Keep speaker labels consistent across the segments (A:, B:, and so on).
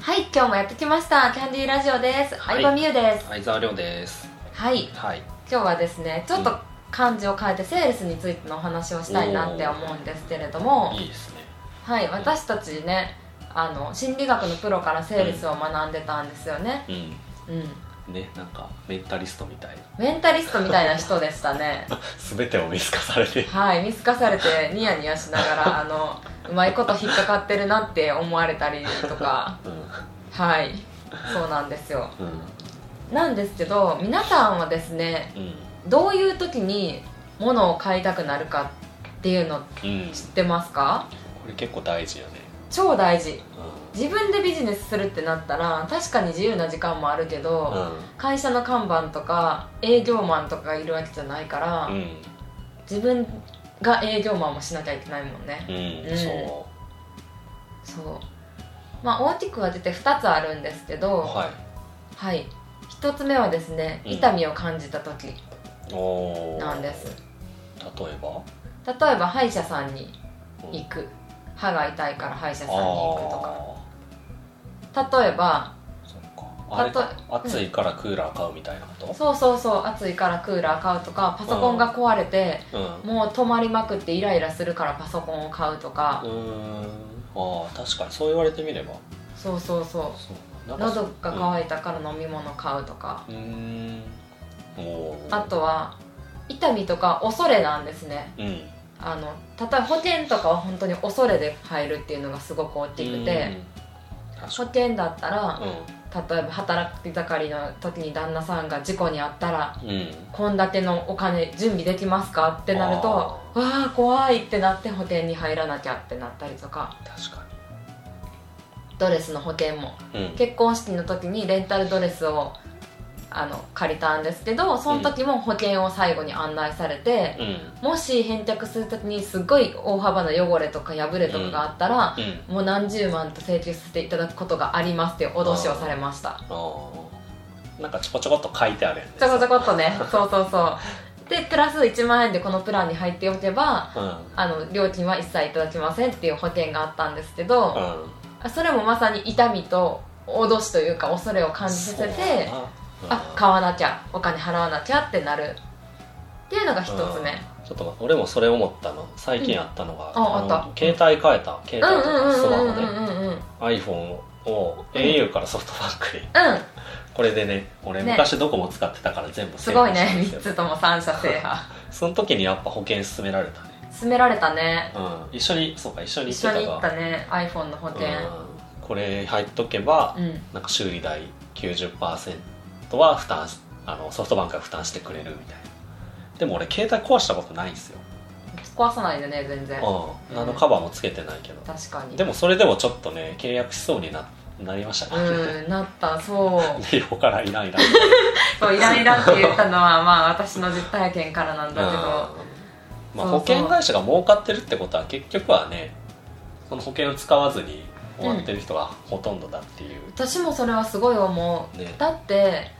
A: はい、今日もやってきました。キャンディーラジオです。
B: はい
A: 相葉美優です。
B: 相沢亮です
A: はい、
B: はい
A: 今日はですね、ちょっ
B: う
A: と
B: ん
A: 漢字を変えてセールスについてのお話をしたいなって思うんですけれども、
B: いいですね
A: はい、私たちね、あの心理学のプロからセールスを学んでたんですよね。うん。
B: うんねなんかメンタリストみたいな
A: メンタリストみたいな人でしたね。
B: 全てを見透かされて
A: はい、見透かされてニヤニヤしながら、あの、うまいこと引っかかってるなって思われたりとか、
B: う
A: はい、そうなんですよ。
B: んうん
A: なんですけど、皆さんはですね、どういう時に物を買いたくなるかっていうの
B: うん、うん、こ
A: 知ってますか
B: れ結構大事よね
A: 超大事
B: う
A: 自分でビジネスするってなったら確かに自由な時間もあるけど、
B: ん
A: 会社の看板とか営業マンとかがいるわけじゃないから、
B: うん
A: 自分が営業マンもしなきゃいけないもんね
B: うん、
A: うん
B: そ
A: そうまあ大きく分けて2つあるんですけ
B: う
A: どは
B: はい
A: い1つ目はですね
B: うん
A: 痛みを感じた時、
B: おお
A: なんです
B: 例えば
A: 例えば歯医者さんに行く歯が痛いから歯医者さんに行くとか例えば
B: そっかあれか暑いからクーラー買うみたいなこ
A: そうそうそう暑いからクーラー買うとかパソコンが壊れて、
B: とうん
A: もう止まりまくってイライラするからパソコンを買うとか、
B: うんああ確かにそう言われてみれば
A: そうそうそ
B: そう
A: う
B: なんか
A: 喉が渇いたから飲み物買うとか、
B: うーんおー
A: あとは痛みとか恐れなんですね
B: うん
A: あの例えば保険とかは本当に恐れで入るっていうのがすごく大きくて、
B: うん確
A: 保
B: か
A: 険だったら
B: に
A: 例えば働き盛りの時に旦那さんが事故に遭ったら
B: うんう
A: 献
B: ん
A: 立のお金準備できますかってなるとわ
B: あ
A: あ怖いってなって保険に入らなきゃってなったりとか
B: ー確か
A: ドレスの保険も
B: にうん
A: 結婚式の時にレンタルドレスをあの借りたんですけどその時も保険を最後に案内されて、
B: うん
A: もし返却する時にすごい大幅な汚れとか破れとかがあったら、
B: うん
A: もう何十万と請求させていただくことがありますっていう脅しをされました
B: あーなんかちょこちょこっと書いてあるやつ
A: ちょこちょこっとねそうそうそうでプラス1万円でこのプランに入っておけば
B: うん
A: あの料金は一切いただきませんっていう保険があったんですけど、
B: うん
A: それもまさに痛みと脅しというか恐れを感じさせてあ買わなきゃお金払わなきゃってなるっていうのが一つ目
B: ちょっと待って俺もそれ思ったの最近あったのが、
A: うんああった
B: の携帯変えた携帯と
A: うんうん
B: かスマ
A: うんうん
B: ホで
A: うんうんうんうん
B: iPhone を au からソフトバンクにこれでね俺
A: ね
B: 昔ドコモ使ってたから全部
A: す
B: 制
A: ご
B: 覇
A: い
B: したん
A: ね
B: ですよ
A: 3つとも三者制覇
B: その時にやっぱ保険勧められたね
A: 勧められたね
B: うん、一緒にそうか一緒に行
A: 一
B: ってた
A: 緒
B: が
A: に行ったね iPhone の保険
B: うん、これ入っとけば、
A: うん
B: なんか修理代90%は負担しあのソフトバンクが負担してくれるみたいなでも俺携帯壊したことないんですよ、
A: 壊さないでね全然
B: うん、
A: うん
B: あのカバーもつけてないけど、
A: 確かに
B: でもそれでもちょっとね契約しそうにななりました ね、
A: うんなったそう
B: で横からい ないな
A: そうイライラって言ったのはまあ私の実体験からなんだけど
B: うんま
A: そ
B: あ、
A: うそう
B: 保険会社が儲かってるってことは結局はねその保険を使わずに終わってる人がほとんどだっていう、
A: 私もそれはすごい思う、
B: ね
A: だって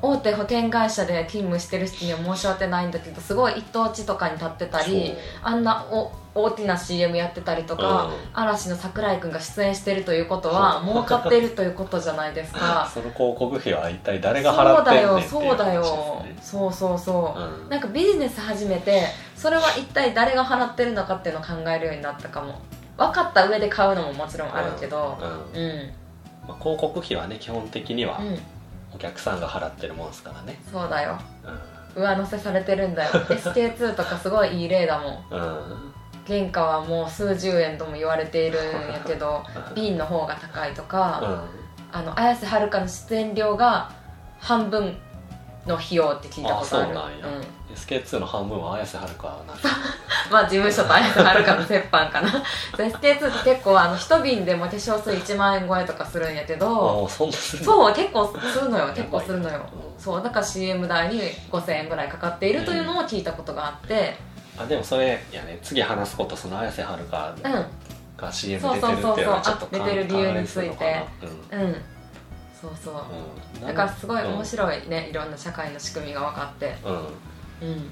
A: 大手保険会社で勤務してる人には申し訳ないんだけどすごい一等地とかに立ってたりあんなお大きな CM やってたりとか、
B: う
A: 嵐の桜井くんが出演してるということは
B: そう
A: 儲かってるということじゃないです か
B: その広告費は一体誰が
A: そ
B: 払
A: う
B: って
A: だ
B: ん
A: よ
B: ねんってい
A: そうだよ
B: 話ですね
A: そうそうそう、
B: うん
A: なんかビジネス始めてそれは一体誰が払ってるのかっていうのを考えるようになったかも分かった上で買うのももちろんあるけど
B: うん
A: うん、うん
B: まあ、広告費はね基本的にはお客さんが払ってるもんですからね
A: そうだよ
B: う
A: 上乗せされてるん だよ SK2 とかすごいいい例だもん
B: ん、うん
A: 原価はもう数十円とも言われているんやけど瓶の方が高いとか、あの綾瀬はるかの出演料が半分の費用って聞いたことある
B: あそうなんや
A: うん
B: SK2 の半分は綾瀬はるかはな
A: まあ事務所と綾瀬はるかの折半 かな SK2 って結構あの一瓶でも化粧水1万円超えとかするんやけど
B: もうそんなする
A: そう結構するのよ結構するの
B: や
A: よ
B: ばいねうん
A: そうだから CM 代に5000円ぐらいかかっているというのも聞いたことがあって
B: あでもそれいやね次話すことその綾瀬はるか
A: うん
B: が CM 出てるっていうのはちょっと
A: そうそうそうそうあ出てる理由について
B: 関連するのか
A: うんそうそう、
B: なうんうん
A: だからすごい面
B: い、
A: 白いね、いろんな社会の仕組みが分かって
B: うんう
A: う
B: ん
A: ん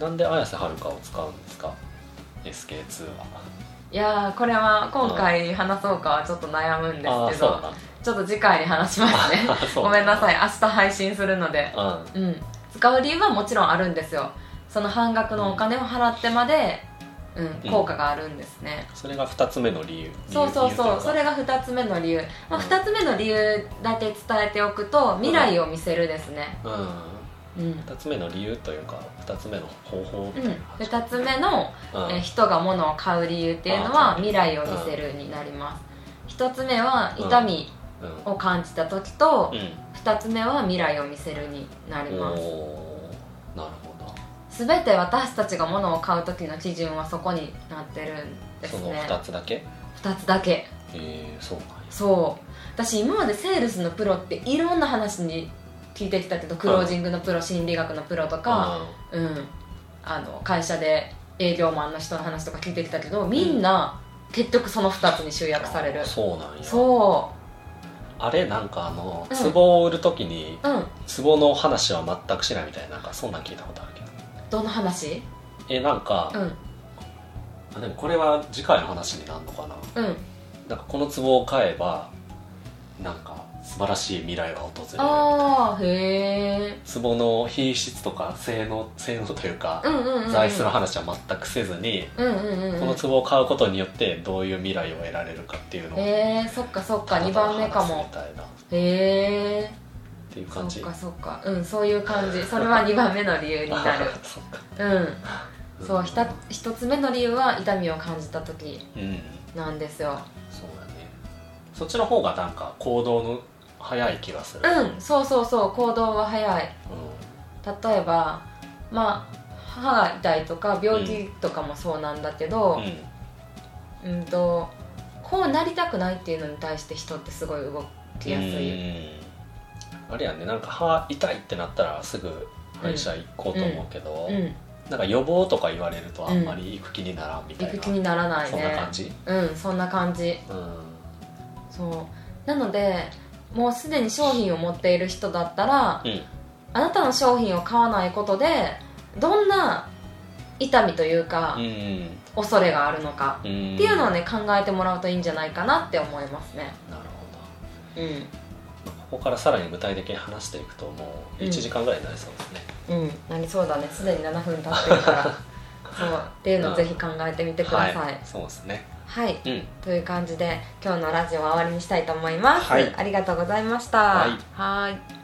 B: なんで綾瀬はるかを使うんですか SK2 は
A: いやーこれは今回話そうかはちょっと悩むん
B: あ
A: で
B: あ
A: すけ
B: そう
A: ど
B: だ
A: ちょっと次回に話しますね
B: なあそう
A: ごめんなさ
B: い
A: い明日配信するので
B: うんあ
A: うん使う理由はもちろんあるんですよその半額のお金を払ってまで、うん、効果があるんですね、
B: それが2つ目の理由
A: そうそうそうそれ
B: が
A: が2つ目の理由、まあ、
B: うん
A: 2つ目の理由だけ伝えておくと未来を見せるですね
B: うん
A: うん、
B: 2つ目の理由というか2つ目の方法
A: う
B: み
A: ん、
B: たいな
A: 2つ目の、
B: うん
A: えー人が物を買う理由っていうの
B: あ
A: は
B: ー
A: 未来を見せるになります1つ目は
B: うん
A: 痛み
B: うん
A: を感じた時と
B: う
A: 2つ目は未来を見せるになり
B: ん
A: ま
B: おーなるほど
A: す全て私たちが物を買う時の基準はそこになってるんで
B: そ
A: す
B: の
A: ね
B: 2つだけへ
A: 2つだけ
B: えそうなんや
A: そう私今までセールスのプロっていろんな話に聞いてきたけどクロージングのプロ心理学のプロとか、うん、あの会社で営業マンの人の話とか聞いてきたけどみんな結局その2つに集約される
B: あそうなんや
A: そ
B: あれなんかあの
A: うん
B: 壺を売る時に
A: ううん
B: 壺の話は全くしないみたいななんかそんなん聞いたことあるけど
A: どの話
B: えなんか
A: う、ん
B: あでもこれは次回の話になるのか
A: う
B: な
A: ん
B: なんかこの壺を買えばなんか素晴らしい未来が訪れるみたいな
A: ああへえ
B: 壺の品質とか性能性能というか
A: うんうんうんうん
B: 材質の話は全くせずに
A: うんうんうんうん
B: この壺を買うことによってどういう未来を得られるかっていうのを
A: えー、そっかそっか
B: ただ
A: 2番目か
B: 話す
A: も
B: みたいなっ
A: へえ
B: ていう
A: そ
B: 感
A: っ
B: じ
A: かそっかうんそういう感じそれは2番目の理由に なる
B: そっか
A: うんそうひた
B: うん
A: 一つ目の理由は痛みを感じた時
B: うん
A: なんですよ
B: そうだねそっちの方がなんか行動の早い気がする
A: うんそうそうそう行動は早い例えばまあ歯が痛いとか病気とかもそうなんだけ
B: うん
A: ど
B: うん
A: うん、とこうなりたくないっていうのに対して人ってすごい動きやすい
B: うんあれやねなんか歯痛いってなったらすぐ歯医者行こうと思うけど、
A: うん
B: なんか予防とか言われるとあんまり行く気にならんみた
A: 行
B: いな、
A: く気にならない
B: そんな
A: ね
B: 感じ、
A: うんそんな感じ
B: うん
A: そうなのでもうすでに商品を持っている人だったら
B: うん
A: あなたの商品を買わないことでどんな痛みというか、
B: うん
A: 恐れがあるのか
B: うん、
A: っていうのを
B: なる
A: ね考えてもらうといいんじゃないかなって思いますね
B: ほど
A: う
B: ここからさらに具体的に話していくともう1時間ぐらいになりそうですね、
A: んうんなりそうだねすでに7分経ってる からそうっていうのをぜひ考えてみてください、はい
B: そうですねうん
A: という感じで今日のラジオは終わりにしたいと思います、
B: はい
A: ありがとうございました
B: はい
A: はーい